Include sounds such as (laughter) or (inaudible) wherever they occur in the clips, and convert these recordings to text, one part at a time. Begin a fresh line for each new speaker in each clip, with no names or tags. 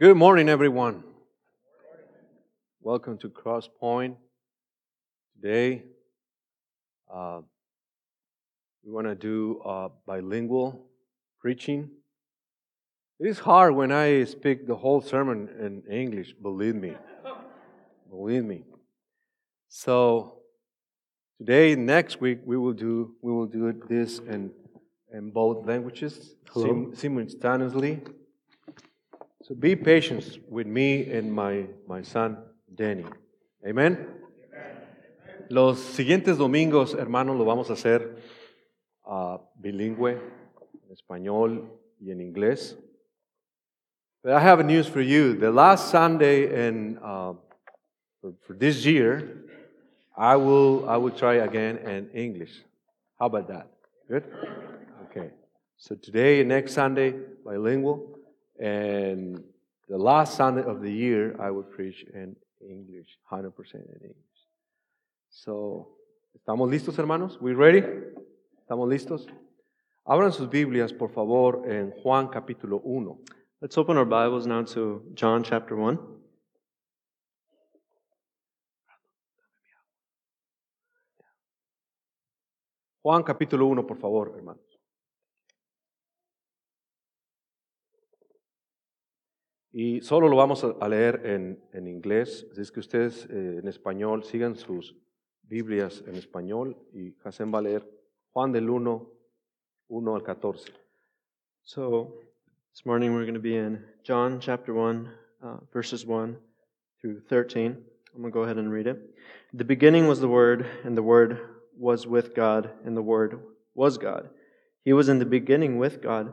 Good morning, everyone. Welcome to Cross Point. Today, uh, we want to do uh, bilingual preaching. It is hard when I speak the whole sermon in English, believe me. believe me. So, today, next week, we will do, we will do it this in, in both languages,
Hello.
sim- simultaneously. So be patient with me and my, my son Danny. Amen. Los siguientes domingos, hermanos, lo vamos a hacer ah, bilingüe, en español y en inglés. But I have news for you. The last Sunday in, uh, for, for this year, I will, I will try again in English. How about that? Good? Okay. So today, next Sunday, bilingual. And the last Sunday of the year, I will preach in English, 100% in English. So, ¿estamos listos, hermanos? We ready? ¿Estamos listos? Abran sus Biblias, por favor, en Juan capítulo 1.
Let's open our Bibles now to John chapter 1.
Juan capítulo 1, por favor, hermanos. Y solo lo vamos a a leer en, en inglés, así es que ustedes eh, en español sigan sus Biblias en español y Hassan va a leer Juan del 1, 1 al 14.
So this morning we're going to be in John chapter 1, uh, verses 1 through 13. I'm going to go ahead and read it. The beginning was the Word, and the Word was with God, and the Word was God. He was in the beginning with God.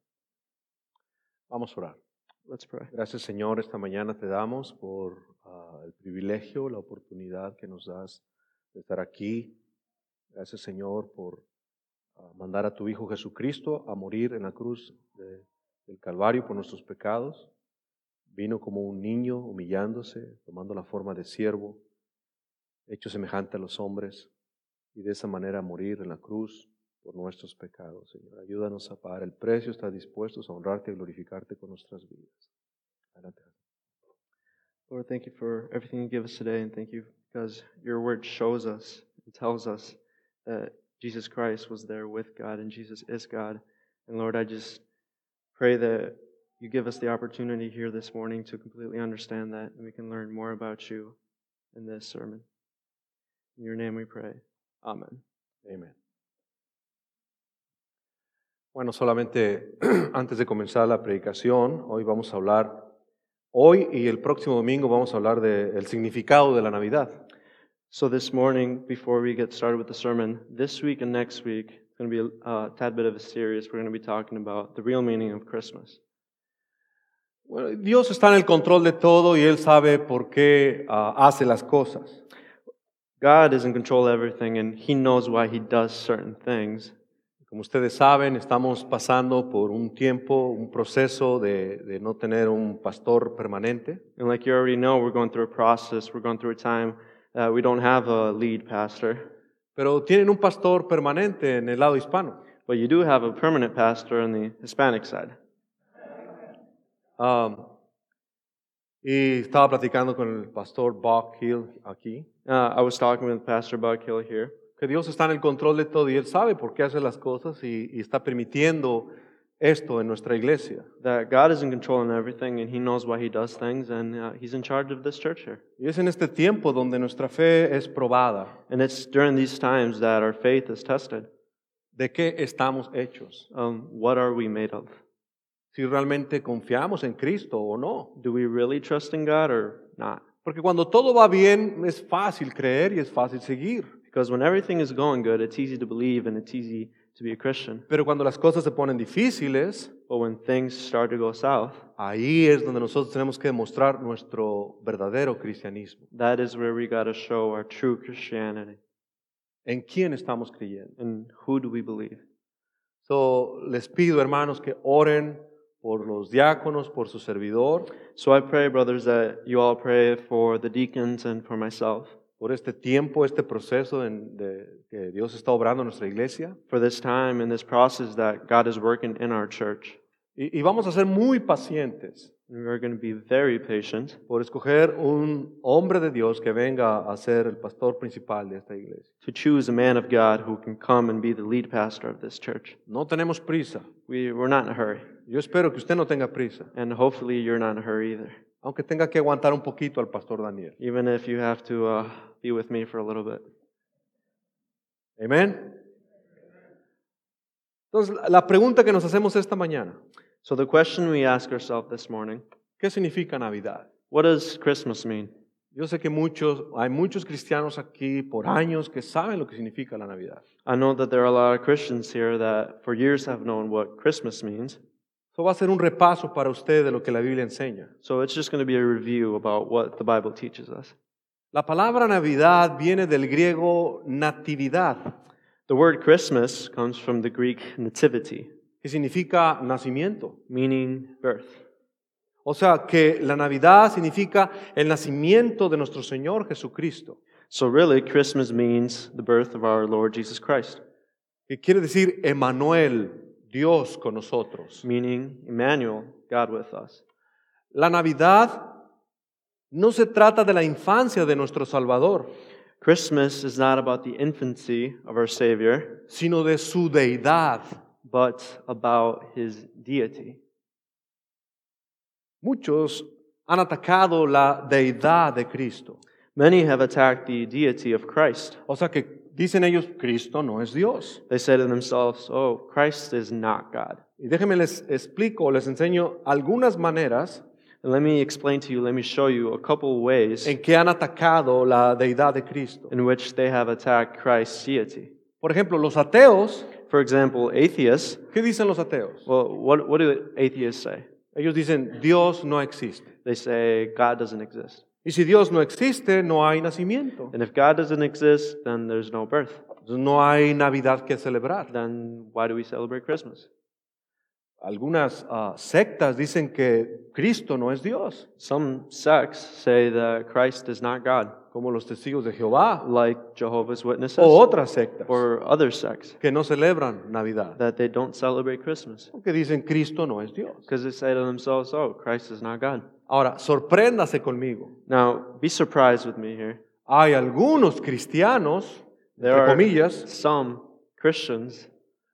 Vamos a orar.
Let's pray.
Gracias Señor, esta mañana te damos por ah, el privilegio, la oportunidad que nos das de estar aquí. Gracias Señor por ah, mandar a tu Hijo Jesucristo a morir en la cruz de- del Calvario por nuestros pecados. Vino como un niño humillándose, tomando la forma de siervo, hecho semejante a los hombres, y de esa manera morir en la cruz por nuestros pecados. Señor, ayúdanos a pagar el precio, estar dispuestos a honrarte y glorificarte con nuestras vidas. Adelante.
Lord, thank you for everything you give us today, and thank you because your word shows us and tells us that Jesus Christ was there with God and Jesus is God. And Lord, I just pray that you give us the opportunity here this morning to completely understand that and we can learn more about you in this sermon. In your name we pray. Amen.
Amén. Bueno, solamente (clears throat) antes de comenzar la predicación, hoy vamos a hablar, hoy y el próximo domingo vamos a hablar del significado de la Navidad.
So this morning, before we get started with the sermon, this week and next week, it's going to be a uh, tad bit of a series. We're going to be talking about the real meaning of Christmas.
Bueno, Dios está en el control de todo y Él sabe por qué ah, hace las cosas.
God is in control of everything and he knows why he does certain things.
Como ustedes saben, estamos pasando por un tiempo, un proceso de- de no tener un pastor permanente.
And like you already know, we're going through a process, we're going through a time that we don't have a lead pastor,
Pero tienen un pastor permanente en el lado hispano.
but you do have a permanent pastor on the Hispanic side.
Um, y estaba platicando con el pastor Bob Hill aquí,
Uh, I was talking with Pastor Buck Hill here.
que Dios está en el control de todo y él sabe por qué hace las cosas y, y está permitiendo esto en nuestra iglesia.
that God is in control in everything and He knows why He does things and uh, He's in charge of this church here.
Y es en este tiempo donde nuestra fe es probada
And it's during these times that our faith is tested.
de qué estamos hechos,
Um, what are we made of?
si realmente confiamos en Cristo o no.
Do we really trust in God or not?
Porque cuando todo va bien es fácil creer y es fácil seguir,
Because when everything is going good, it's easy to believe and it's easy to be a Christian.
pero cuando las cosas se ponen difíciles,
But when things start to go south,
ahí es donde nosotros tenemos que demostrar nuestro verdadero cristianismo,
that is where we got to show our true Christianity.
en quién estamos creyendo.
And who do we believe?
So, les pido, hermanos, que oren por los diáconos, por su servidor,
So I pray, brothers, that you all pray for the deacons and for myself
por este tiempo, este proceso en- de- que Dios está obrando en nuestra iglesia.
for this time and this process that God is working in our church.
Y, y vamos a ser muy pacientes
And we're going to be very patient
por escoger un hombre de Dios que venga a ser el pastor principal de esta iglesia.
to choose a man of God who can come and be the lead pastor of this church.
No tenemos prisa.
We, we're not in a hurry,
Yo espero que usted no tenga prisa,
and hopefully you're not in a hurry either,
aunque tenga que aguantar un poquito al pastor Daniel.
even if you have to uh, be with me for a little bit.
Amén. Entonces, la- la pregunta que nos hacemos esta mañana,
So, the question we ask ourselves this morning
¿qué significa Navidad?
what does Christmas mean?
Yo sé que muchos, hay muchos cristianos aquí por años que saben lo que significa la Navidad.
I know that there are a lot of Christians here that for years have known what Christmas means.
Eso va a ser un repaso para usted de lo que la Biblia enseña.
So it's just going to be a review about what the Bible teaches us.
La palabra Navidad viene del griego natividad,
The word Christmas comes from the Greek nativity,
que significa nacimiento.
meaning birth.
O sea, que la Navidad significa el nacimiento de nuestro Señor Jesucristo,
So really, Christmas means the birth of our Lord Jesus Christ,
que quiere decir Emanuel, Dios con nosotros.
meaning Emmanuel, God with us.
La Navidad no se trata de la infancia de nuestro Salvador,
Christmas is not about the infancy of our Savior,
sino de su deidad.
but about his deity.
Muchos han atacado la deidad de Cristo.
Many have attacked the deity of Christ.
O sea que dicen ellos, Cristo no es Dios.
They say to themselves, Oh, Christ is not God.
Y déjenme les explico, les enseño algunas maneras
And let me explain to you, let me show you a couple ways
en que han atacado la deidad de Cristo.
in which they have attacked Christ's deity.
Por ejemplo, los ateos,
For example, atheists,
¿qué dicen los ateos?
well, what, what do atheists say?
Ellos dicen, Dios no existe.
They say God doesn't exist.
Y si Dios no existe, no hay nacimiento.
And if God doesn't exist, then there's no birth.
No hay Navidad que celebrar.
Then why do we celebrate Christmas?
Algunas ah, sectas dicen que Cristo no es Dios,
Some sects say that Christ is not God,
como los testigos de Jehová
like Jehovah's Witnesses
o otras sectas.
or other sects,
que no celebran Navidad,
that they don't celebrate Christmas
porque dicen Cristo no es Dios.
because they say to themselves, oh, Christ is not God.
Ahora, sorpréndase conmigo.
Now, be surprised with me here.
Hay algunos cristianos,
There
entre
are-
comillas,
Some Christians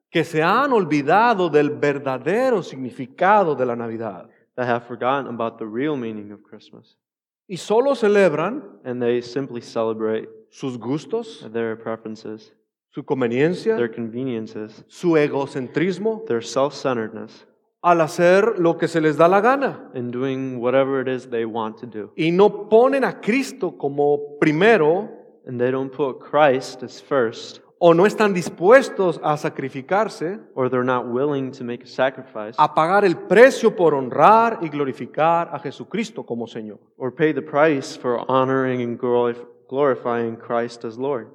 que se han olvidado del verdadero significado de la Navidad
that have forgotten about the real meaning of Christmas.
y solo celebran
and they simply celebrate
sus gustos,
their preferences,
su conveniencia,
their conveniences,
su egocentrismo,
their self centeredness,
al hacer lo que se les da la gana
and doing whatever it is they want to do.
y no ponen a Cristo como primero
And they don't put Christ as first,
o no están dispuestos a sacrificarse
or they're not willing to make a sacrifice
a pagar el precio por honrar y glorificar a Jesucristo como Señor.
or pay the price for honoring and glorif- glorifying Christ as Lord.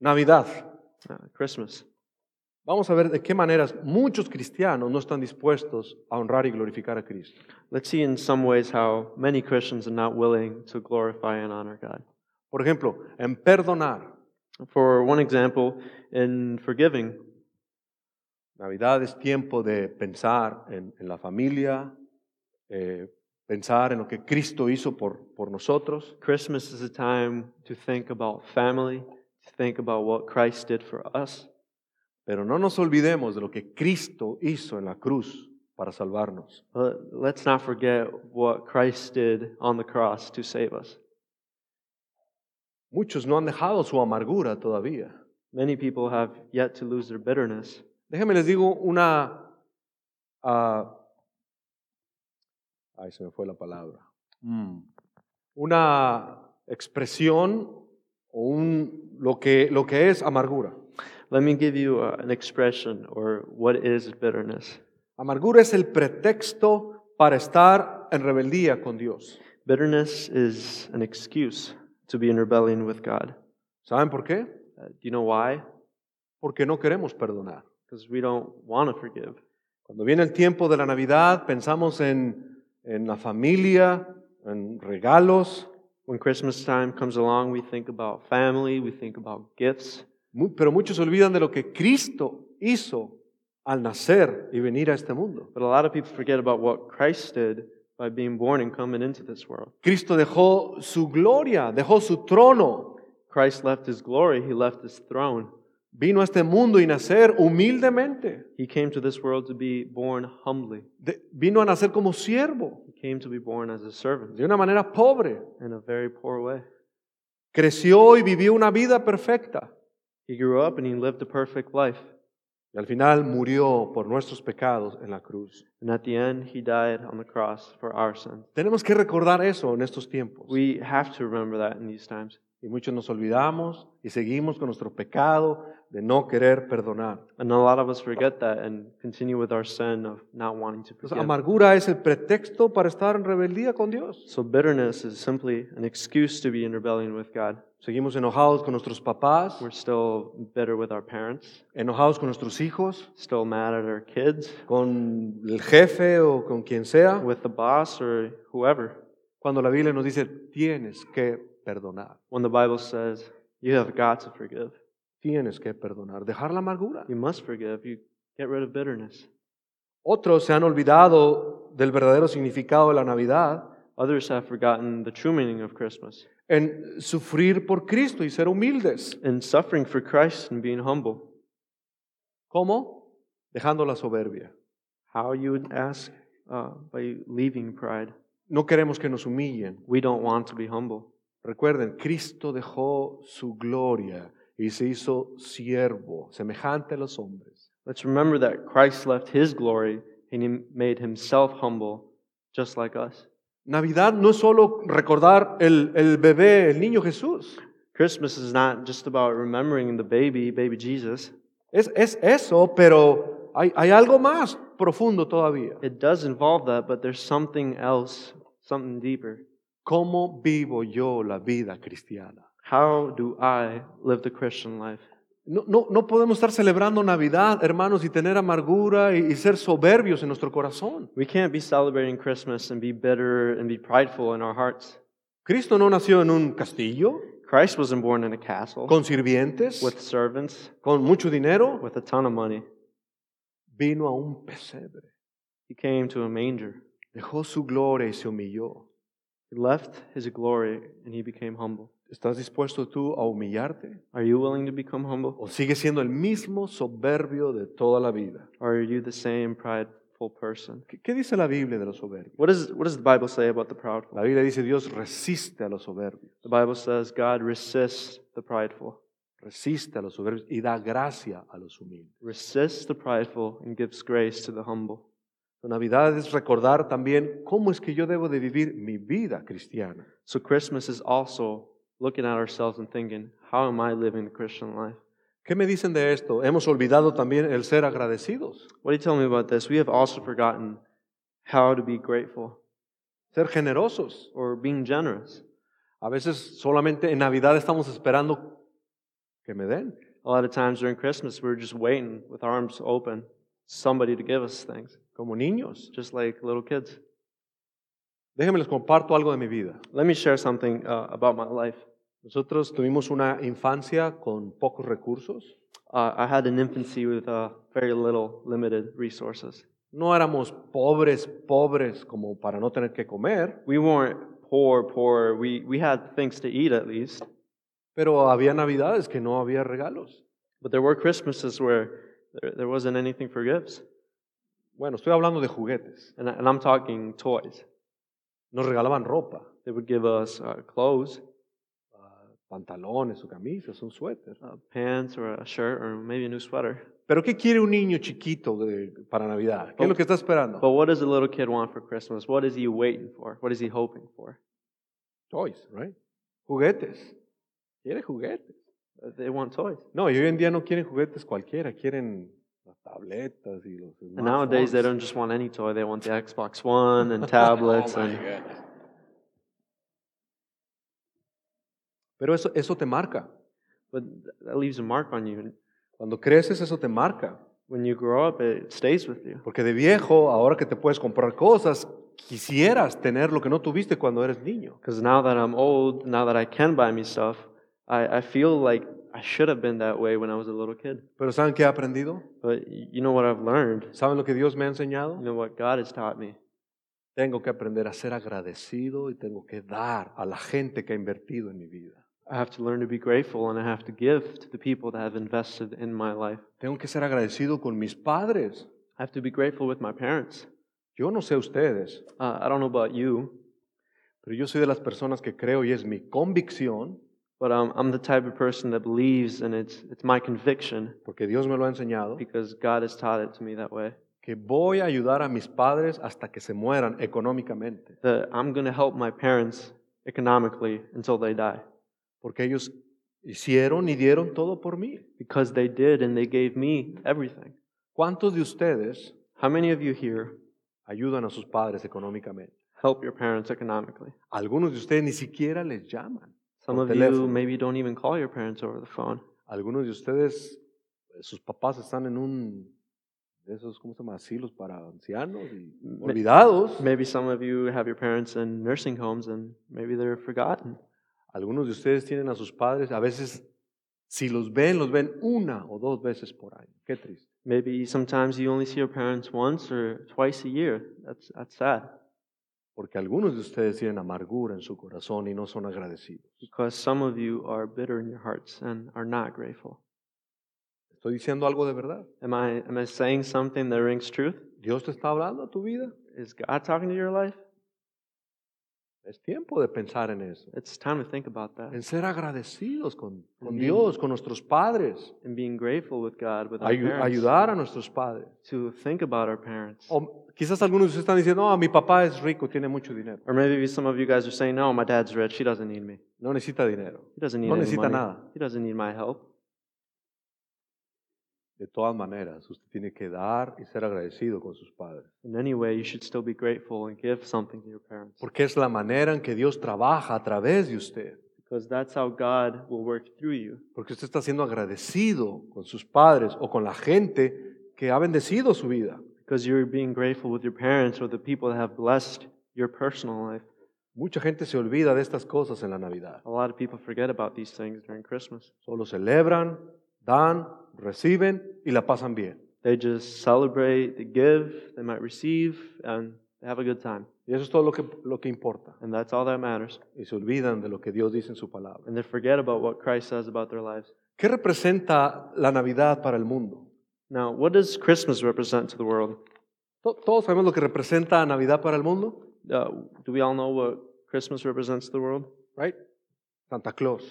Navidad.
Uh, Christmas.
Vamos a ver de qué maneras muchos cristianos no están dispuestos a honrar y glorificar a Cristo.
Let's see in some ways how many Christians are not willing to glorify and honor God.
Por ejemplo, en perdonar.
For one example, in forgiving,
Navidad es tiempo de pensar en, en la familia, eh, pensar en lo que Cristo hizo por, por nosotros.
Christmas is a time to think about family, to think about what Christ did for us.
Pero no nos olvidemos de lo que Cristo hizo en la cruz para salvarnos.
But Uh, let's not forget what Christ did on the cross to save us.
Muchos no han dejado su amargura todavía.
Many people have yet to lose their bitterness.
Déjenme les digo una... ah, ay, se me fue la palabra. Mm. Una expresión o un, lo, que, lo que es amargura.
Let me give you uh, an expression or what is bitterness.
Amargura es el pretexto para estar en rebeldía con Dios.
Bitterness is an excuse to be in rebellion with God.
¿Saben por qué?
Uh, do you know why?
Porque no queremos perdonar.
Because we don't want to forgive.
Cuando viene el tiempo de la Navidad, pensamos en, en la familia, en regalos,
When Christmas time comes along, we think about family, we think about gifts,
mu- pero muchos olvidan de lo que Cristo hizo al nacer y venir a este mundo.
but a lot of people forget about what Christ did by being born and coming into this world.
Cristo dejó su gloria, dejó su trono,
Christ left his glory, he left his throne.
vino a este mundo y nacer humildemente.
He came to this world to be born humbly.
De- vino a nacer como siervo,
He came to be born as a servant
de una manera pobre.
in a very poor way.
Creció y vivió una vida perfecta.
He grew up and he lived a perfect life.
Y al final murió por nuestros pecados en la cruz.
And at the end, he died on the cross for our sin.
Tenemos que recordar eso en estos tiempos.
We have to remember that in these times.
Y muchos nos olvidamos y seguimos con nuestro pecado de no querer perdonar.
And a lot of us forget that and continue with our sin of not wanting to
Entonces,
forgive.
amargura es el pretexto para estar en rebeldía con Dios.
So bitterness is simply an excuse to be in rebellion with God.
Seguimos enojados con nuestros papás,
We're still bitter with our parents,
enojados con nuestros hijos,
still mad at our kids,
con el jefe o con quien sea,
with the boss or whoever.
cuando la Biblia nos dice tienes que perdonar,
When the Bible says you have got to forgive,
tienes que perdonar, dejar la amargura.
you must forgive. You get rid of bitterness.
Otros se han olvidado del verdadero significado de la Navidad
Others have forgotten the true meaning of Christmas
en sufrir por Cristo y ser humildes.
and suffering for Christ and being humble.
¿Cómo? Dejando la soberbia.
How you would ask uh, by leaving pride.
No queremos que nos humillen.
We don't want to be humble.
Recuerden, Cristo dejó su gloria y se hizo siervo, semejante a los hombres.
Let's remember that Christ left his glory and he made himself humble, just like us.
Navidad no es solo recordar el, el bebé, el niño Jesús.
Christmas is not just about remembering the baby, baby Jesus.
Es, es eso, pero hay, hay algo más profundo todavía.
It does involve that, but there's something else, something deeper.
¿Cómo vivo yo la vida cristiana?
How do I live the Christian life?
No, no, no podemos estar celebrando Navidad, hermanos, y tener amargura y- y ser soberbios en nuestro corazón.
We can't be celebrating Christmas and be bitter and be prideful in our hearts.
Cristo no nació en un castillo,
Christ wasn't born in a castle
con sirvientes,
with servants,
con mucho dinero.
with a ton of money.
vino a un pesebre,
He came to a manger.
dejó su gloria y se humilló.
He left his glory and he became humble.
¿Estás dispuesto tú a humillarte?
Are you willing to become humble?
¿O sigues siendo el mismo soberbio de toda la vida?
Or are you the same prideful person?
¿Qué, qué dice la Biblia de los soberbios?
What, is, what does the Bible say about the proudful?
La Biblia dice Dios resiste a los soberbios,
The Bible says God resists the prideful,
resiste a los soberbios y da gracia a los humildes.
resists the prideful, and gives grace to the humble.
La Navidad es recordar también cómo es que yo debo de vivir mi vida cristiana.
So Christmas is also looking at ourselves and thinking, how am I living the Christian life?
¿Qué me dicen de esto? Hemos olvidado también el ser agradecidos,
What do you tell me about this? We have also forgotten how to be grateful
ser generosos.
or being generous.
A veces solamente en Navidad estamos esperando que me den.
A lot of times during Christmas, we're just waiting with arms open, somebody to give us things,
como niños.
just like little kids.
Déjenme les comparto algo de mi vida.
Let me share something uh, about my life.
Nosotros tuvimos una infancia con pocos recursos.
Uh, I had an infancy with uh, very little, limited resources.
No éramos pobres, pobres como para no tener que comer,
We weren't poor, poor. We, we had things to eat at least.
pero había navidades que no había regalos.
But there were Christmases where There, there wasn't anything for gifts.
Bueno, estoy hablando de juguetes.
And, I- and I'm talking toys.
Nos regalaban ropa,
They would give us uh, clothes,
ah, pantalones o camisas, un suéter.
uh, pants, or a shirt, or maybe a new sweater.
Pero ¿qué quiere un niño chiquito de- para Navidad? ¿Qué es lo que está esperando?
But what does a little kid want for Christmas? What is he waiting for? What is he hoping for?
Toys, right? Juguetes. Quiere juguetes.
Uh, They want toys.
No, y hoy en día no quieren juguetes cualquiera, quieren las tabletas y los
And nowadays, they don't just want any toy. They want the Xbox
(laughs)
One and tablets.
Oh my
and
goodness. Pero eso, eso te marca.
But that leaves a mark on you. And
Cuando creces, eso te marca.
When you grow up, it stays with you.
Porque de viejo, ahora que te puedes comprar cosas, quisieras tener lo que no tuviste cuando eres niño.
Because now that I'm old, now that I can buy me stuff, I, I feel like I should have been that way when I was a little kid.
Pero ¿saben qué he aprendido?
But y- you know what I've learned?
¿Saben lo que Dios me ha
You
enseñado?
know what God has taught me?
Tengo que aprender a ser agradecido y tengo que dar a la gente que ha invertido en mi vida.
I have to learn to be grateful and I have to give to the people that have invested in my life.
Tengo que ser agradecido con mis padres.
I have to be grateful with my parents.
Yo no sé ustedes,
Uh, I don't know about you,
pero yo soy de las personas que creo y es mi convicción,
but um, I'm the type of person that believes and it's, it's my conviction
porque Dios me lo ha enseñado,
because God has taught it to me that way.
que voy a ayudar a mis padres hasta que se mueran económicamente,
That I'm going to help my parents economically until they die
porque ellos hicieron y dieron todo por mí.
because they did and they gave me everything.
¿Cuántos de ustedes
How many of you here
ayudan a sus padres económicamente?
help your parents economically?
Algunos de ustedes ni siquiera les llaman.
Some
Por
of you
teléfono.
maybe don't even call your parents over the phone.
Algunos de ustedes, eh, sus papás están en un de esos, ¿cómo se llama? Asilos para ancianos y
Mm, Me-
olvidados.
Maybe some of you have your parents in nursing homes and maybe they're forgotten.
Algunos de ustedes tienen a sus padres, a veces, si los ven, los ven una o dos veces por año. Qué triste.
Maybe sometimes you only see your parents once or twice a year. That's, that's sad
Porque algunos de ustedes tienen amargura en su corazón y no son agradecidos.
because some of you are bitter in your hearts and are not grateful.
Estoy diciendo algo de verdad.
Am I, am I saying something that rings truth?
Dios te está hablando a tu vida.
Is God talking to your life?
Es tiempo de pensar en eso.
It's time to think about that
En ser agradecidos con, con
Amén.
Dios, con nuestros padres.
and being grateful with God, with our
Ayu-
parents,
ayudar a nuestros padres.
to think about our parents.
O quizás algunos de ustedes están diciendo, no, mi papá es rico, tiene mucho dinero.
Or maybe some of you guys are saying, no, my dad's rich. He doesn't need me.
No necesita dinero.
He doesn't need
No
any
necesita
money.
nada.
He doesn't need my help.
De todas maneras, usted tiene que dar y ser agradecido con sus padres.
In any way, you should still be grateful and give something to your parents
Porque es la manera en que Dios trabaja a través de usted.
because that's how God will work through you.
Porque usted está siendo agradecido con sus padres o con la gente que ha bendecido su vida.
Because you're being grateful with your parents or the people that have blessed your personal life.
Mucha gente se olvida de estas cosas en la Navidad.
A lot of people forget about these things during Christmas.
Solo celebran, dan, reciben y la pasan bien.
They just celebrate, they give, they might receive, and they have a good time.
Y eso es todo lo que, lo que importa.
And that's all that matters.
Y se olvidan de lo que Dios dice en su palabra.
And they forget about what Christ says about their lives.
¿Qué representa la Navidad para el mundo?
Now, what does Christmas represent to the world?
To- ¿Todos sabemos lo que representa Navidad para el mundo?
Uh, do we all know what Christmas represents to the world?
Right? Santa Claus,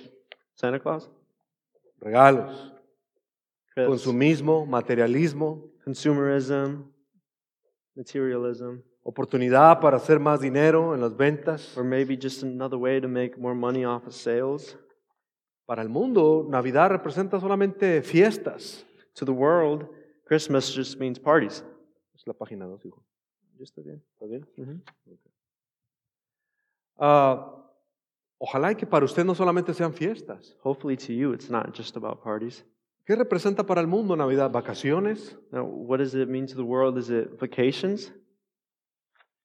Santa Claus?
regalos,
Chris.
consumismo, materialismo,
consumerism, materialism,
oportunidad para hacer más dinero en las ventas.
or maybe just another way to make more money off of sales.
Para el mundo, Navidad representa solamente fiestas.
To the world, Christmas just means parties.
Es la página 2, hijo.
Just again.
¿Está bien?
Mhm.
Ah, ojalá y que para usted no solamente sean fiestas.
Hopefully, to you, it's not just about parties.
¿Qué representa para el mundo Navidad? ¿Vacaciones?
Now, what does it mean to the world? Is it vacations?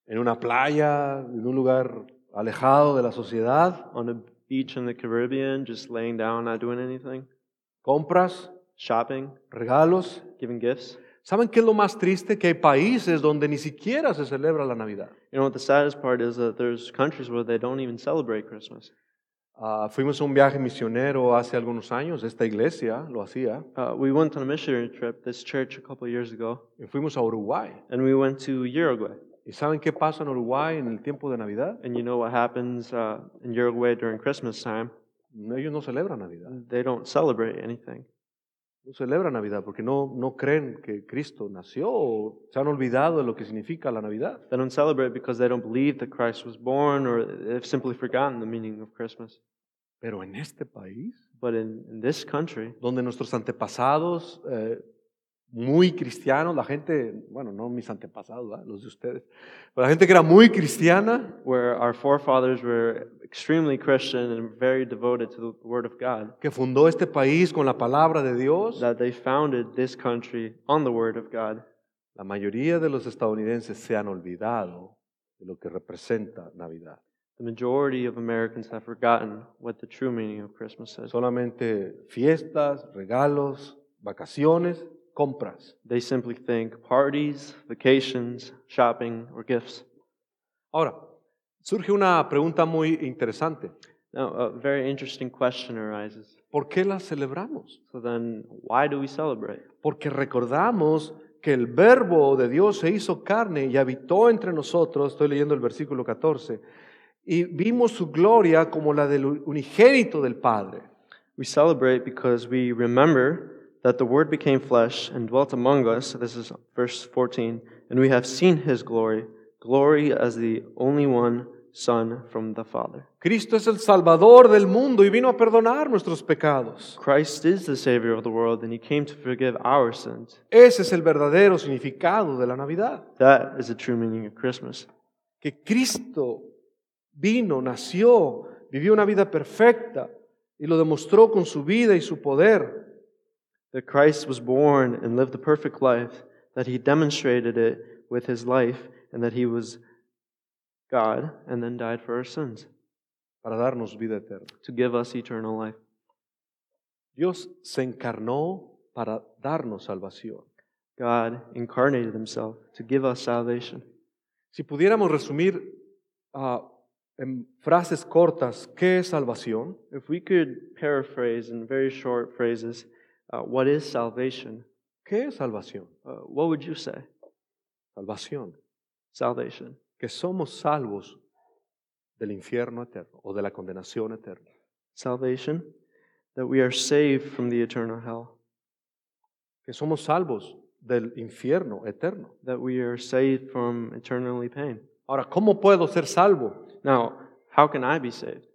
¿En una playa? ¿En un lugar alejado de la sociedad?
On a beach in the Caribbean, just laying down, not doing anything?
¿Compras?
Shopping?
¿Regalos?
Giving gifts?
¿Saben qué es lo más triste? Que hay países donde ni siquiera se celebra la Navidad.
You know what the saddest part is that there's countries where they don't even celebrate Christmas.
Ah, Ah, fuimos a un viaje misionero hace algunos años, esta iglesia lo hacía,
Uh, we went on a missionary trip, this church, a couple of years ago,
y fuimos a Uruguay.
and we went to Uruguay.
¿Y saben qué pasa en Uruguay en el tiempo de Navidad?
And you know what happens uh, in Uruguay during Christmas time?
No, Ellos no celebran Navidad,
They don't celebrate anything.
no celebran Navidad porque no, no creen que Cristo nació o se han olvidado de lo que significa la Navidad.
They don't celebrate because they don't believe that Christ was born, or they've simply forgotten the meaning of Christmas.
Pero en este país,
But in, in this country,
donde nuestros antepasados, eh, muy cristianos, la gente, bueno, no mis antepasados, ¿verdad? los de ustedes, pero la gente que era muy cristiana,
where our forefathers were extremely Christian and very devoted to the Word of God,
que fundó este país con la palabra de Dios,
that they founded this country on the Word of God.
la mayoría de los estadounidenses se han olvidado de lo que representa Navidad.
The majority of Americans have forgotten what the true meaning of Christmas is.
Solamente fiestas, regalos, vacaciones, compras.
They simply think parties, vacations, shopping, or gifts.
Ahora, surge una pregunta muy interesante.
Now, a very interesting question arises.
¿Por qué las celebramos?
So then, why do we celebrate?
Porque recordamos que el verbo de Dios se hizo carne y habitó entre nosotros, estoy leyendo el versículo 14, y vimos su gloria como la del unigénito del Padre.
We celebrate because we remember that the Word became flesh and dwelt among us. This is verse 14. And we have seen his glory, glory as the only one Son from the Father.
Cristo es el Salvador del mundo y vino a perdonar nuestros pecados.
Christ is the Savior of the world, and he came to forgive our sins.
Ese es el verdadero significado de la Navidad.
That is the true meaning of Christmas.
Que Cristo vino, nació, vivió una vida perfecta y lo demostró con su vida y su poder.
That Christ was born and lived a perfect life, that he demonstrated it with his life, and that he was God and then died for our sins
para darnos vida eterna.
to give us eternal life.
Dios se encarnó para darnos salvación.
God incarnated himself to give us salvation.
Si pudiéramos resumir ah, en frases cortas qué es salvación,
If we could paraphrase in very short phrases, uh, what is salvation?
¿qué es salvación?
Uh, what would you say?
Salvación,
Salvation.
que somos salvos del infierno eterno o de la condenación eterna.
Salvation, that we are saved from the eternal hell,
Que somos salvos del infierno eterno.
that we are saved from eternally pain.
Ahora, ¿cómo puedo ser salvo?
Now, how can I be saved?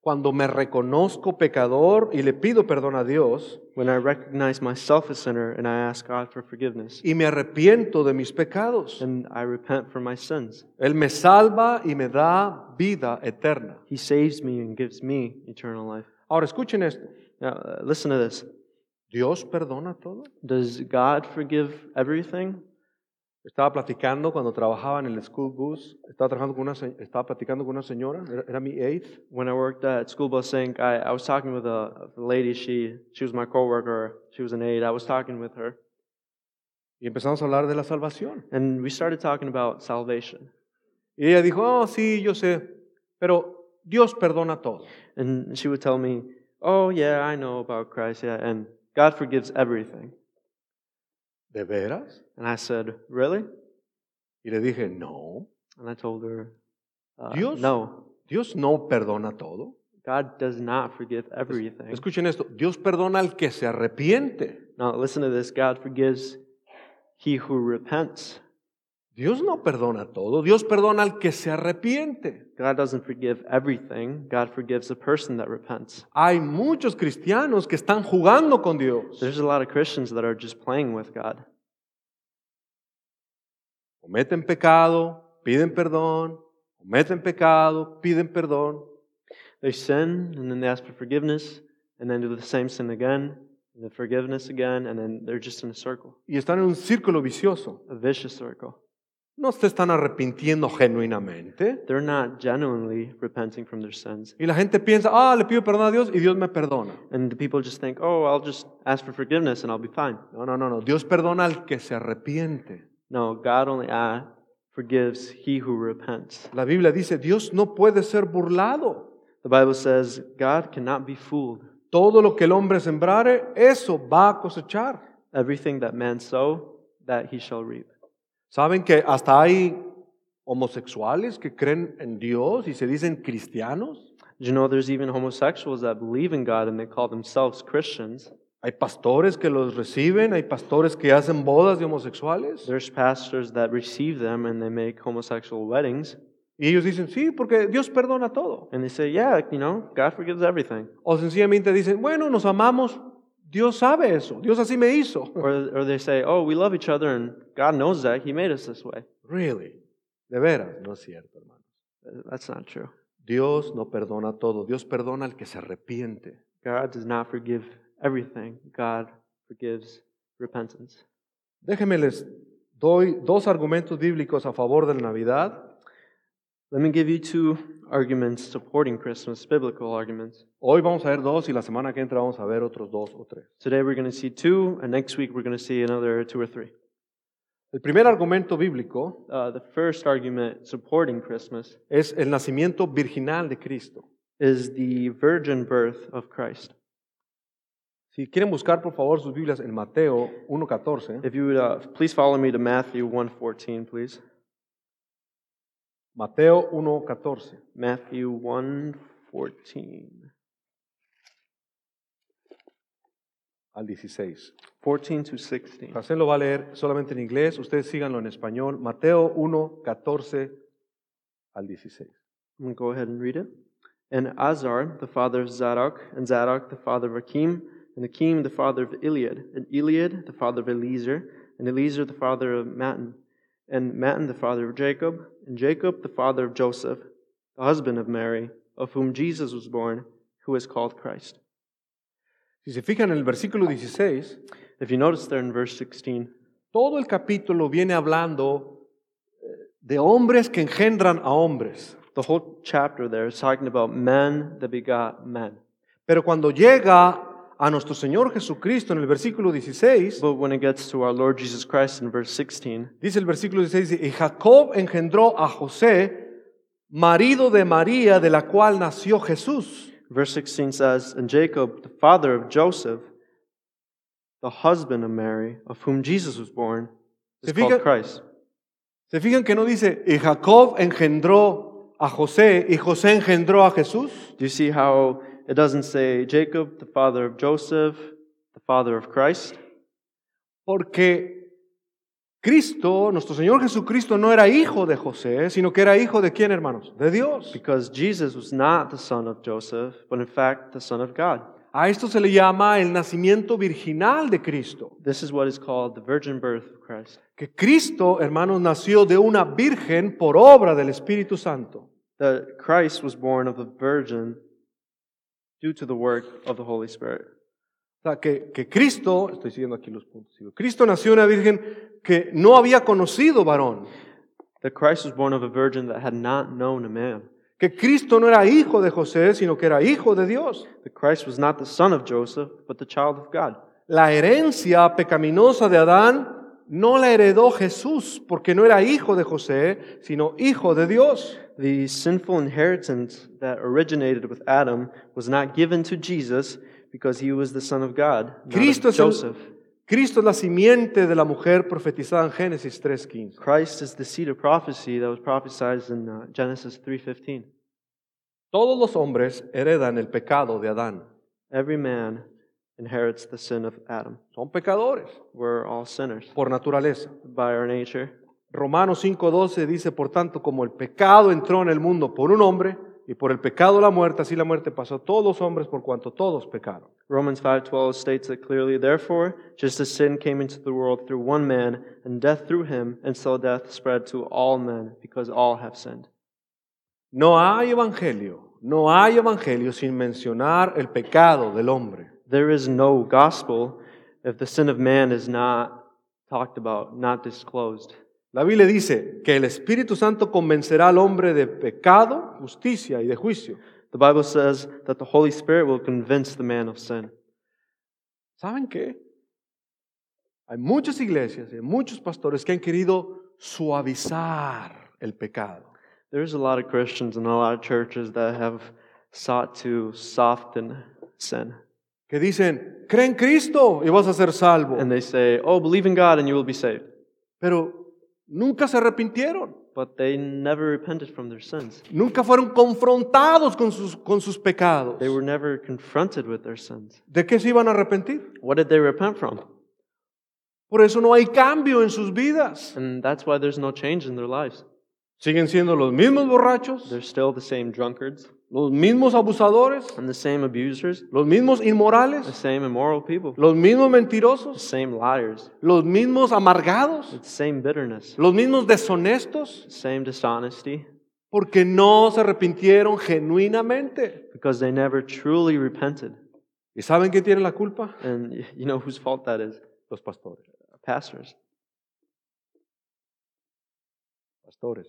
Cuando me reconozco pecador y le pido perdón a Dios
When I recognize myself a sinner and I ask God for forgiveness
y me arrepiento de mis pecados.
and I repent for my sins,
Él me salva y me da vida eterna.
He saves me and gives me eternal life.
Ahora escuchen esto.
Now, uh, listen to this.
Dios perdona todo.
Does God forgive everything?
Estaba platicando cuando trabajaba en el school bus, estaba, trabajando con una, se- estaba platicando con una señora, era, era mi eighth,
When I worked at School Bus Inc., I, I was talking with a, a lady. She she was my coworker. She was an aide. I was talking with her,
y empezamos a hablar de la salvación.
and we started talking about salvation.
Y ella dijo, oh, sí, yo sé, pero Dios perdona todo.
And she would tell me, "Oh yeah, I know about Christ. Yeah, and God forgives everything."
¿De veras?
And I said, "Really?"
Y le dije, no,
And I told her, uh,
Dios-
"No,
Dios no perdona todo.
God does not forgive everything."
Escuchen esto, Dios perdona al que se arrepiente.
Now listen to this. God forgives he who repents.
Dios no perdona todo, Dios perdona al que se arrepiente.
God doesn't forgive everything. God forgives the person that repents.
Hay muchos cristianos que están jugando con Dios.
There's a lot of Christians that are just playing with God.
Cometen pecado, piden perdón, cometen pecado, piden perdón.
They sin and then they ask for forgiveness and then do the same sin again and then forgiveness again and then they're just in a circle,
Y están en un círculo vicioso.
a vicious circle.
No se están arrepintiendo genuinamente.
They're not genuinely repenting from their sins.
Y la gente piensa, ah, le pido perdón a Dios y Dios me perdona.
And the people just think, oh, I'll just ask for forgiveness and I'll be fine.
No, no, no, no. Dios perdona al que se arrepiente.
No, God only uh, forgives he who repents.
La Biblia dice, Dios no puede ser burlado.
The Bible says, God cannot be fooled.
Todo lo que el hombre sembrare, eso va a cosechar.
Everything that man sow, that he shall reap.
¿Saben que hasta hay homosexuales que creen en Dios y se dicen cristianos?
Did you know there's even homosexuals that believe in God and they call themselves Christians?
Hay pastores que los reciben, hay pastores que hacen bodas de homosexuales.
There's pastors that receive them and they make homosexual weddings.
Y ellos dicen, sí, porque Dios perdona todo.
And they say, yeah, you know, God forgives everything.
O sencillamente dicen, bueno, nos amamos, Dios sabe eso, Dios así me hizo. (laughs)
Or, or they say, oh, we love each other and God knows that. He made us this way.
Really, de veras, no es cierto, hermano.
That's not true.
Dios no perdona todo, Dios perdona al que se arrepiente.
God does not forgive everything, God forgives repentance.
Déjenme les doy dos argumentos bíblicos a favor de la Navidad.
Let me give you two arguments supporting Christmas, biblical arguments.
Hoy vamos a ver dos y la semana que entra vamos a ver otros dos o tres.
Today we're going to see two, and next week we're going to see another two or three.
El primer argumento bíblico
Uh, the first argument supporting Christmas
es el nacimiento virginal de Cristo.
is the virgin birth of Christ.
Si quieren buscar por favor sus Biblias en Mateo 1.14,
If you would uh, please follow me to Matthew 1:14, please.
Mateo 1.14.
Matthew 1:14.
al 16.
14 to 16.
Jacén lo va a leer solamente en inglés, ustedes síganlo en español. Mateo 1, 14 al 16.
I'm going to go ahead and read it. And Azar, the father of Zadok, and Zadok, the father of Akim, and Akim, the father of Eliad, and Eliad, the father of Eliezer, and Eliezer, the father of Matan, and Matan, the father of Jacob, and Jacob, the father of Joseph, the husband of Mary, of whom Jesus was born, who is called Christ.
Si se fijan en el versículo 16,
If you notice there in verse 16,
todo el capítulo viene hablando eh, de hombres que engendran a hombres.
the whole chapter there is talking about men that begot men.
Pero cuando llega a nuestro Señor Jesucristo en el versículo 16,
But when it gets to our Lord Jesus Christ in verse 16,
dice el versículo 16, y Jacob engendró a José, marido de María, de la cual nació Jesús.
Verse 16 says, And Jacob, the father of Joseph, the husband of Mary, of whom Jesus was born, is
Se fica-
called Christ.
¿Se fijan que no dice, y Jacob engendró a José y José engendró a Jesús?
Do you see how it doesn't say Jacob, the father of Joseph, the father of Christ?
Porque Cristo, nuestro Señor Jesucristo, no era hijo de José, sino que era hijo de quién, hermanos? De Dios.
Because Jesus was not the son of Joseph, but in fact the son of God.
A esto se le llama el nacimiento virginal de Cristo.
This is what is called the virgin birth of Christ.
Que Cristo, hermanos, nació de una virgen por obra del Espíritu Santo.
That Christ was born of the virgin due to the work of the Holy Spirit.
O sea, que, que Cristo, estoy siguiendo aquí los puntos, sigo. Cristo nació de una virgen que no había conocido varón.
That Christ was born of a virgin that had not known a man.
que Cristo no era hijo de José, sino que era hijo de Dios.
that Christ was not the son of Joseph, but the child of God.
La herencia pecaminosa de Adán no la heredó Jesús, porque no era hijo de José, sino hijo de Dios.
The sinful inheritance that originated with Adam was not given to Jesus because he was the son of God, not of
Cristo es, el-
Joseph.
Cristo es la simiente de la mujer profetizada en Génesis 3.15.
Christ is the seed of prophecy that was prophesied in uh, Genesis 3:15.
Todos los hombres heredan el pecado de Adán.
Every man inherits the sin of Adam.
Son pecadores
We're all sinners
por naturaleza.
by our nature.
Romanos 5.12 dice, por tanto, como el pecado entró en el mundo por un hombre, y por el pecado la muerte, así la muerte pasó a todos los hombres por cuanto todos pecaron.
Romans 5:12 states it clearly, therefore, just as sin came into the world through one man and death through him, and so death spread to all men because all have sinned.
No hay evangelio, no hay evangelio sin mencionar el pecado del hombre.
There is no gospel if the sin of man is not talked about, not disclosed.
La Biblia dice que el Espíritu Santo convencerá al hombre de pecado, justicia y de juicio.
The Bible says that the Holy Spirit will convince the man of sin.
¿Saben qué? Hay muchas iglesias y muchos pastores que han querido suavizar el pecado.
There's a lot of Christians and a lot of churches that have sought to soften sin.
que dicen, cree en Cristo y vas a ser salvo.
And they say, Oh, believe in God and you will be saved.
Pero nunca se arrepintieron,
But they never repented from their sins.
nunca fueron confrontados con sus, con sus pecados.
They were never confronted with their sins.
¿De qué se iban a arrepentir?
What did they repent from?
Por eso no hay cambio en sus vidas.
And that's why there's no change in their lives.
Siguen siendo los mismos borrachos,
They're still the same drunkards
los mismos abusadores,
and the same abusers,
los mismos
the
inmorales,
same immoral people,
los mismos
the
mentirosos,
same liars,
los mismos amargados,
the same bitterness,
los mismos deshonestos,
the same dishonesty,
porque no se arrepintieron genuinamente.
because they never truly repented.
¿Y saben quién tiene la culpa?
And y- you know whose fault that is?
Los pastores.
Pastors.
pastores,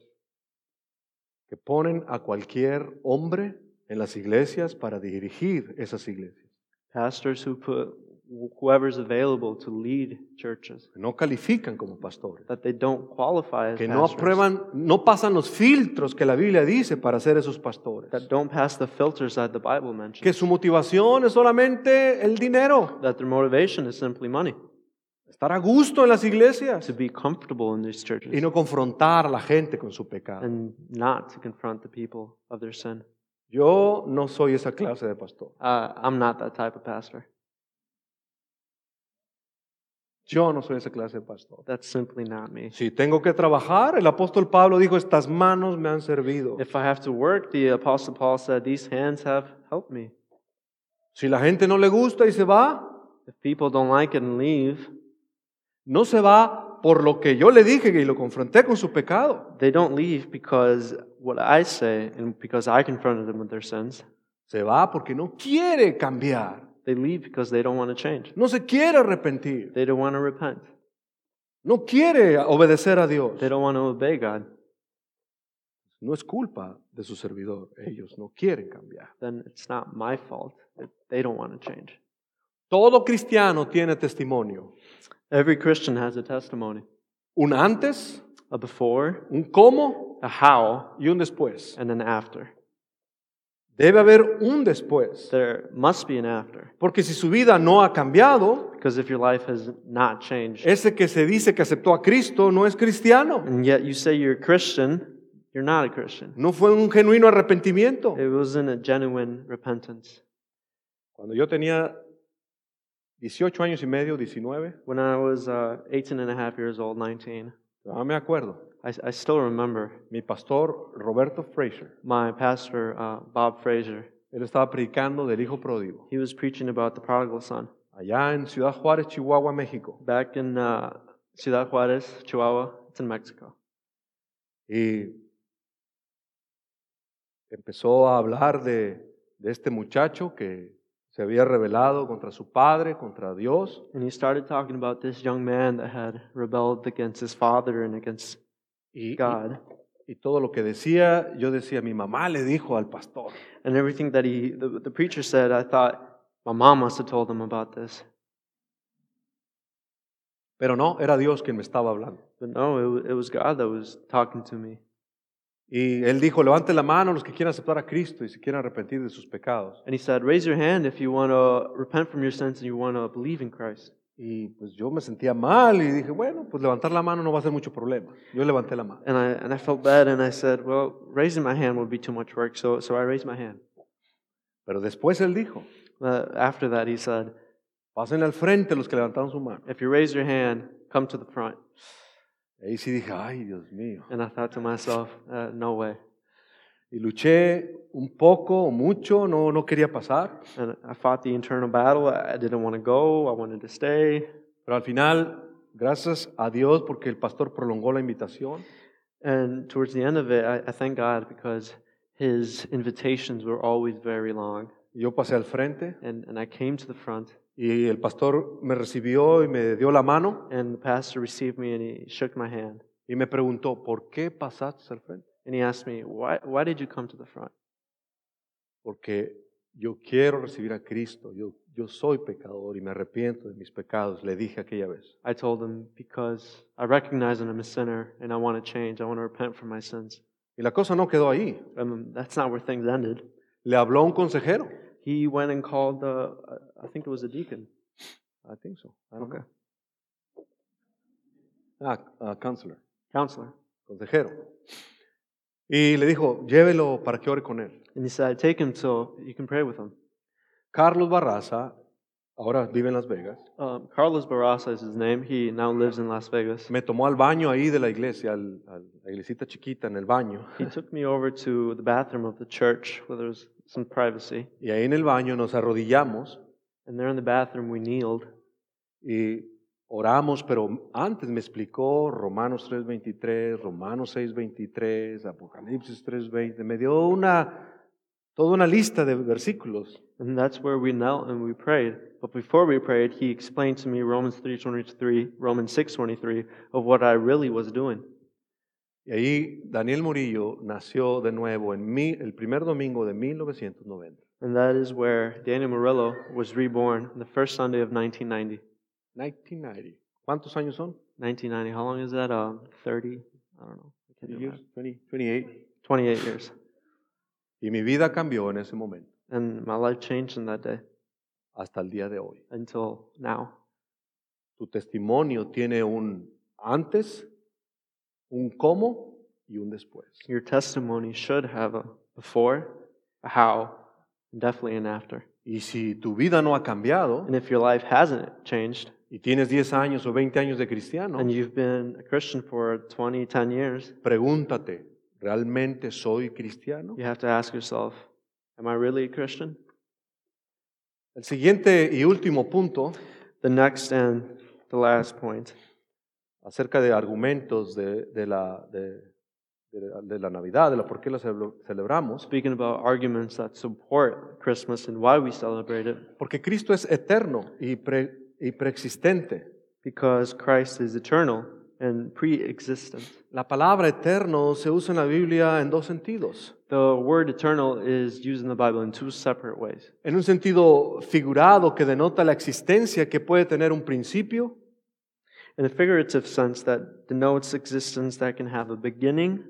que ponen a cualquier hombre en las iglesias para dirigir esas iglesias.
Pastors who put wh- whoever's available to lead churches
Que no califican como pastores,
that they don't qualify as
que no
pastors,
aprueban, no pasan los filtros que la Biblia dice para ser esos pastores,
that don't pass the filters that the Bible mentions,
que su motivación es solamente el dinero,
that their motivation is simply money,
estar a gusto en las
to
iglesias
be comfortable in these churches,
y no confrontar a la gente con su pecado.
and not to confront the people of their sin.
Yo no soy esa clase de pastor.
Uh, I'm not that type of pastor.
Yo no soy esa clase de pastor.
That's simply not me.
Si tengo que trabajar, el apóstol Pablo dijo, estas manos me han servido.
If I have to work, the Apostle Paul said, These hands have helped me.
Si la gente no le gusta y se va,
If people don't like it and leave,
no se va por lo que yo le dije y lo confronté con su pecado.
they don't leave because what I say and because I confronted them with their sins.
Se va porque no quiere cambiar,
They leave because they don't want to change.
no se quiere arrepentir,
They don't want to repent.
no quiere obedecer a Dios.
They don't want to obey God.
No es culpa de su servidor, ellos no quieren cambiar.
Then it's not my fault that they don't want to change.
Todo cristiano tiene testimonio,
Every Christian has a testimony
un antes,
a before,
un cómo
a how,
y un después.
and an after.
Debe haber un después,
There must be an after
porque si su vida no ha cambiado,
because if your life has not changed
ese que se dice que aceptó a Cristo no es cristiano.
and yet you say you're a Christian, you're not a Christian.
No fue un genuino arrepentimiento.
It wasn't a genuine repentance.
Cuando yo tenía 18 años y medio, 19,
When I was uh, 18 and a half years old, 19,
no me acuerdo,
I, I still remember
mi pastor Roberto Fraser,
my pastor, uh, Bob Fraser,
él estaba predicando del Hijo Pródigo,
he was preaching about the prodigal son
allá en Ciudad Juárez, Chihuahua, México.
back in uh, Ciudad Juarez, Chihuahua. It's in Mexico.
Y empezó a hablar de, de este muchacho que se había rebelado contra su padre, contra Dios,
And he started talking about this young man that had rebelled against his father and against
y, y-
God.
y todo lo que decía, yo decía, mi mamá le dijo al pastor.
And everything that he, the, the preacher said, I thought, my mom must have told him about this.
Pero no, era Dios quien me estaba hablando.
But no, it, wa- it was God that was talking to me.
Y él dijo, levante la mano los que quieran aceptar a Cristo y se quieran arrepentir de sus pecados.
And he said, raise your hand if you want to repent from your sins and you want to believe in Christ.
Y pues yo me sentía mal y dije, bueno, pues levantar la mano no va a ser mucho problema. Yo levanté la mano.
And I, and I felt bad and I said, well, raising my hand would be too much work. So, so I raised my hand.
Pero después él dijo,
Uh, after that, he said,
pásenle al frente los que levantaron su mano.
If you raise your hand, come to the front.
Y ahí sí dije, ay, Dios mío.
And I thought to myself, uh, No way.
Y luché un poco o mucho, no, no quería pasar.
And I fought the internal battle. I I didn't want to go, I wanted to stay.
Pero al final, gracias a Dios porque el pastor prolongó la invitación,
And towards the end of it, I, I thank God because his invitations were always very long.
yo pasé al frente
And, and I came to the front,
y el pastor me recibió y me dio la mano
and the pastor received me and he shook my hand.
y me preguntó, ¿por qué pasaste al frente?
And he asked me, Why, why did you come to the front?
porque yo quiero recibir a Cristo, yo, yo soy pecador y me arrepiento de mis pecados, le dije aquella vez.
I told him, Because I recognize that I'm a sinner and I want to change. I want to repent for my sins.
Y la cosa no quedó ahí.
Um, that's not where things ended.
Le habló un consejero.
He went and called, uh, I- I think it was a deacon.
I think so. I don't know. Ah, uh, counselor,
Counselor.
consejero. Y le dijo, llévelo para que ore con él.
And he said, Take him so you can pray with him.
Carlos Barraza, ahora vive en Las Vegas,
Um, Carlos Barraza is his name. He now lives in Las Vegas.
me tomó al baño ahí de la iglesia, al- al- la iglesita chiquita en el baño.
He took me over to the bathroom of the church where there was some privacy.
Y ahí en el baño nos arrodillamos
And there in the bathroom, we kneeled.
y oramos, pero antes me explicó Romanos 3.23, Romanos 6.23, Apocalipsis 3.20, me dio una, toda una lista de versículos.
And that's where we knelt and we prayed. But before we prayed, he explained to me Romans 3.23, Romans 6.23, of what I really was doing.
Y ahí Daniel Murillo nació de nuevo en mi, el primer domingo de 1990.
And that is where Daniel Murillo was reborn on the first Sunday of 1990.
1990. ¿Cuántos años son?
1990, how long is that? Um, 30? I don't know. I can't do math.
20, 28.
28 years.
Y mi vida cambió en ese momento,
And my life changed in that day
hasta el día de hoy.
until now.
Tu testimonio tiene un antes, un cómo y un después.
Your testimony should have a before, a how, and definitely an after.
Y si tu vida no ha cambiado
And if your life hasn't changed,
y tienes 10 años o 20 años de cristiano,
and you've been a Christian for 20, 10 years,
pregúntate, ¿realmente soy cristiano?
you have to ask yourself, am I really a Christian?
El siguiente y último punto
The next and the last point
acerca de argumentos de, de la, de, de la- de la Navidad, de la por qué la cele- celebramos,
speaking about arguments that support Christmas and why we celebrate it,
porque Cristo es eterno y, pre- y preexistente.
because Christ is eternal and pre existent.
La palabra eterno se usa en la Biblia en dos sentidos.
The word eternal is used in the Bible in two separate ways.
En un sentido figurado que denota la existencia que puede tener un principio
In a figurative sense, that denotes existence that can have a beginning,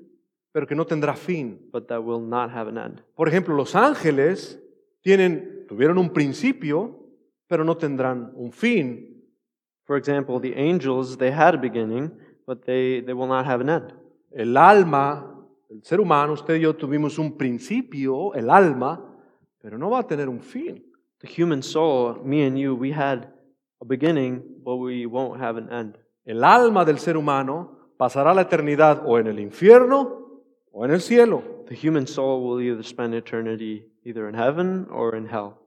pero que no tendrá fin.
but that will not have an end.
Por ejemplo, los ángeles tienen, tuvieron un principio, pero no tendrán un fin.
For example, the angels, they had a beginning, but they, they will not have an end.
El alma, el ser humano, usted y yo tuvimos un principio, el alma, pero no va a tener un fin.
The human soul, me and you, we had a beginning, but we won't have an end.
El alma del ser humano pasará la eternidad o en el infierno o en el cielo.
The human soul will either spend eternity either in heaven or in hell.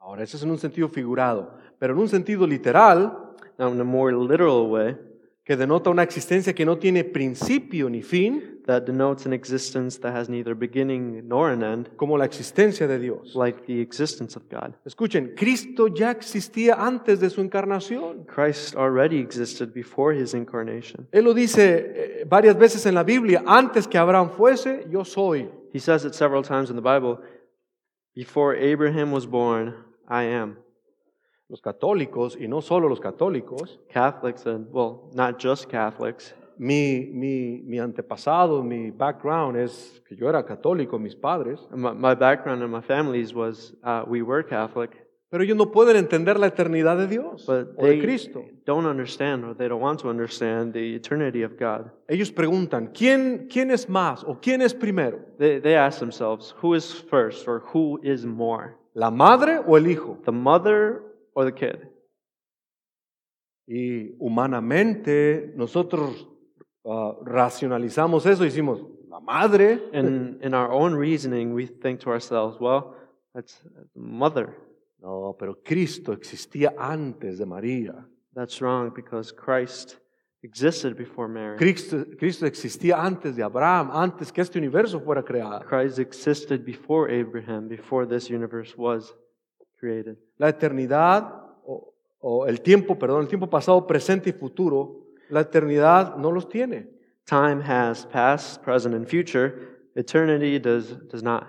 Ahora, eso es en un sentido figurado, pero en un sentido literal,
Now, in a more literal way,
que denota una existencia que no tiene principio ni fin,
that denotes an existence that has neither beginning nor an end,
como la existencia de Dios.
like the existence of God.
Escuchen, Cristo ya existía antes de su encarnación.
Christ already existed before his incarnation.
Él lo dice eh, varias veces en la Biblia, antes que Abraham fuese, yo soy.
He says it several times in the Bible Before Abraham was born, I am.
Los católicos, y no solo los católicos,
Catholics, and well, not just Catholics.
mi, mi, mi antepasado, mi background es que yo era católico, mis padres,
My, my background and my family's was uh, we were Catholic,
pero ellos no pueden entender la eternidad de Dios
but
o de
they
Cristo.
don't understand or they don't want to understand the eternity of God.
Ellos preguntan, ¿quién, ¿quién es más o quién es primero?
They, they ask themselves, who is first or who is more,
¿La madre o el hijo?
the mother or the kid?
Y humanamente nosotros ah, racionalizamos eso y decimos, la madre,
And in our own reasoning, we think to ourselves, well, that's mother.
no, pero Cristo existía antes de María.
That's wrong because Christ existed before Mary.
Cristo, Cristo existía antes de Abraham, antes que este universo fuera creado.
Christ existed before Abraham, before this universe was created.
La eternidad, o, o el tiempo, perdón, el tiempo pasado, presente y futuro, la eternidad no los tiene.
Time has past, present, and future. Eternity does, does not.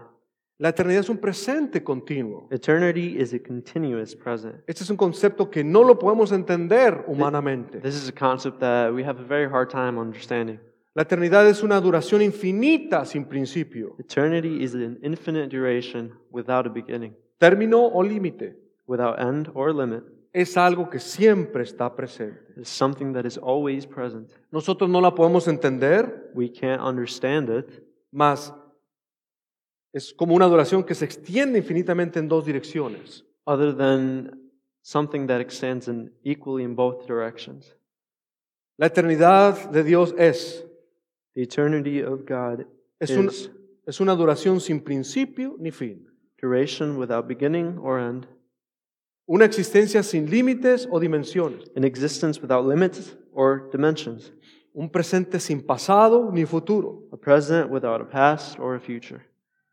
La eternidad es un presente continuo.
Eternity is a continuous present.
Este es un concepto que no lo podemos entender humanamente.
This is a concept that we have a very hard time understanding.
La eternidad es una duración infinita sin principio,
Eternity is an infinite duration without a beginning,
término o límite.
without end or limit.
Es algo que siempre está presente.
It is something that is always present.
Nosotros no la podemos entender,
We can't understand it,
mas es como una duración que se extiende infinitamente en dos direcciones.
other than something that extends in equally in both directions.
La eternidad de Dios es,
The eternity of God
es, un-
is
es una duración sin principio ni fin.
duration without beginning or end,
Una existencia sin límites o dimensiones.
an existence without limits or dimensions,
Un presente sin pasado ni futuro.
a present without a past or a future.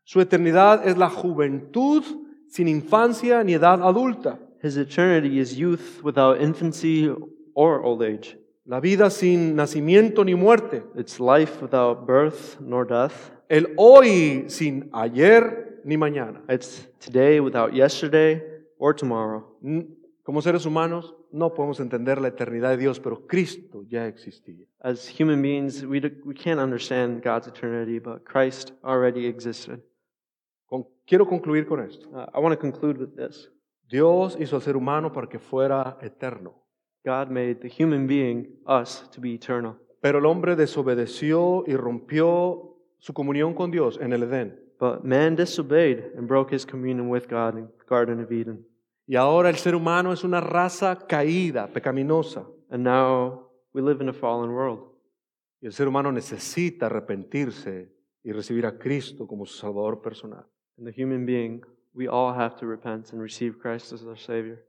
Su eternidad es la juventud sin infancia ni edad adulta.
His eternity is youth without infancy or old age.
La vida sin nacimiento ni muerte.
It's life without birth nor death.
El hoy sin ayer ni mañana.
It's today without yesterday or tomorrow.
N- Como seres humanos no podemos entender la eternidad de Dios, pero Cristo ya existía.
As human beings, we, d- we can't understand God's eternity, but Christ already existed.
Con- quiero concluir con esto.
Uh, I want to conclude with this
Dios hizo al ser humano para que fuera eterno,
God made the human being, us, to be eternal.
pero el hombre desobedeció y rompió su comunión con Dios en el Edén.
But man disobeyed and broke his communion with God in the Garden of Eden.
Y ahora el ser humano es una raza caída, pecaminosa.
And now we live in a fallen world.
Y el ser humano necesita arrepentirse y recibir a Cristo como su Salvador personal.
And the human being, we all have to repent and receive Christ as our Savior.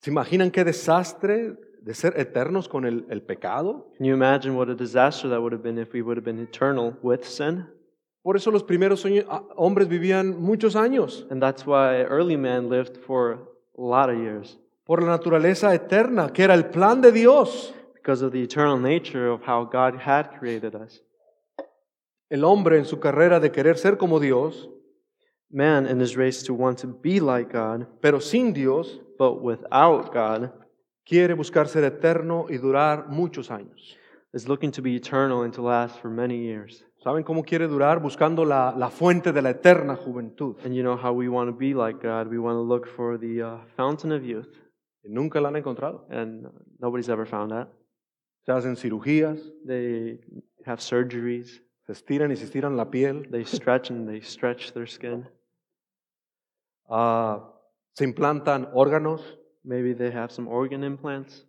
¿Se imaginan qué desastre de ser eternos con el, el pecado?
Can you imagine what a disaster that would have been if we would have been eternal with sin?
Por eso los primeros soñ- ah, hombres vivían muchos años,
And that's why early man lived for a lot of years,
por la naturaleza eterna, que era el plan de Dios.
because of the eternal nature of how God had created us.
El hombre en su carrera de querer ser como Dios,
Man, in his race to want to be like God,
pero sin Dios,
but without God,
quiere buscar ser eterno y durar muchos años.
is looking to be eternal and to last for many years.
¿Saben cómo quiere durar? Buscando la, la fuente de la eterna juventud.
And you know how we want to be like God. We want to look for the uh, fountain of youth,
Y nunca la han encontrado.
and nobody's ever found that.
Se hacen cirugías,
They have surgeries,
se estiran y se estiran la piel,
they stretch and they stretch their skin.
ah, se implantan órganos,
Maybe they have some organ implants.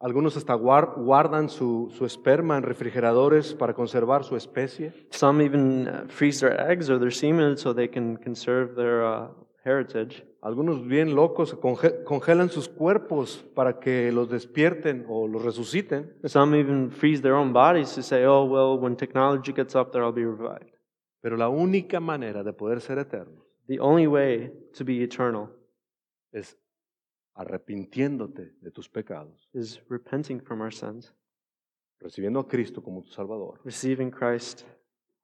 algunos hasta guar- guardan su, su esperma en refrigeradores para conservar su especie.
Some even uh, freeze their eggs or their semen so they can conserve their uh, heritage.
Algunos bien locos conge- congelan sus cuerpos para que los despierten o los resuciten.
Some even freeze their own bodies to say, oh, well, when technology gets up there, I'll be revived.
Pero la única manera de poder ser eterno
The only way to be eternal
es arrepintiéndote de tus pecados,
is repenting from our sins,
recibiendo a Cristo como tu Salvador.
receiving Christ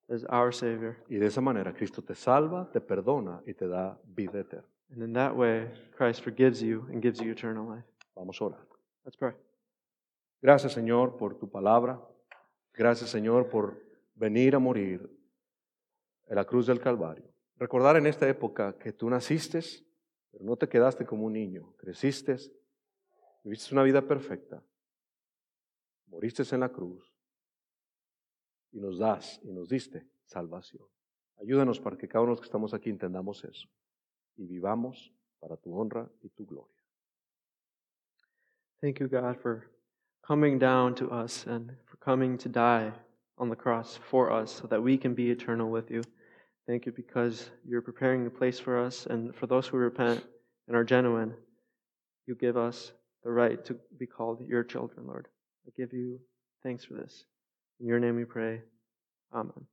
as our Savior.
Y de esa manera Cristo te salva, te perdona y te da vida eterna.
And in that way, Christ forgives you and gives you eternal life.
Vamos a orar.
Let's pray.
Gracias Señor por tu palabra. Gracias Señor por venir a morir en la cruz del Calvario. Recordar en esta época que tú naciste, pero no te quedaste como un niño. Creciste, viviste una vida perfecta, moriste en la cruz y nos das y nos diste salvación. Ayúdanos para que cada uno de los que estamos aquí entendamos eso y vivamos para tu honra y tu gloria.
Thank you, God, for coming down to us and for coming to die on the cross for us so that we can be eternal with you. Thank you because you're preparing a place for us and for those who repent and are genuine, you give us the right to be called your children, Lord. I give you thanks for this. In your name we pray. Amen.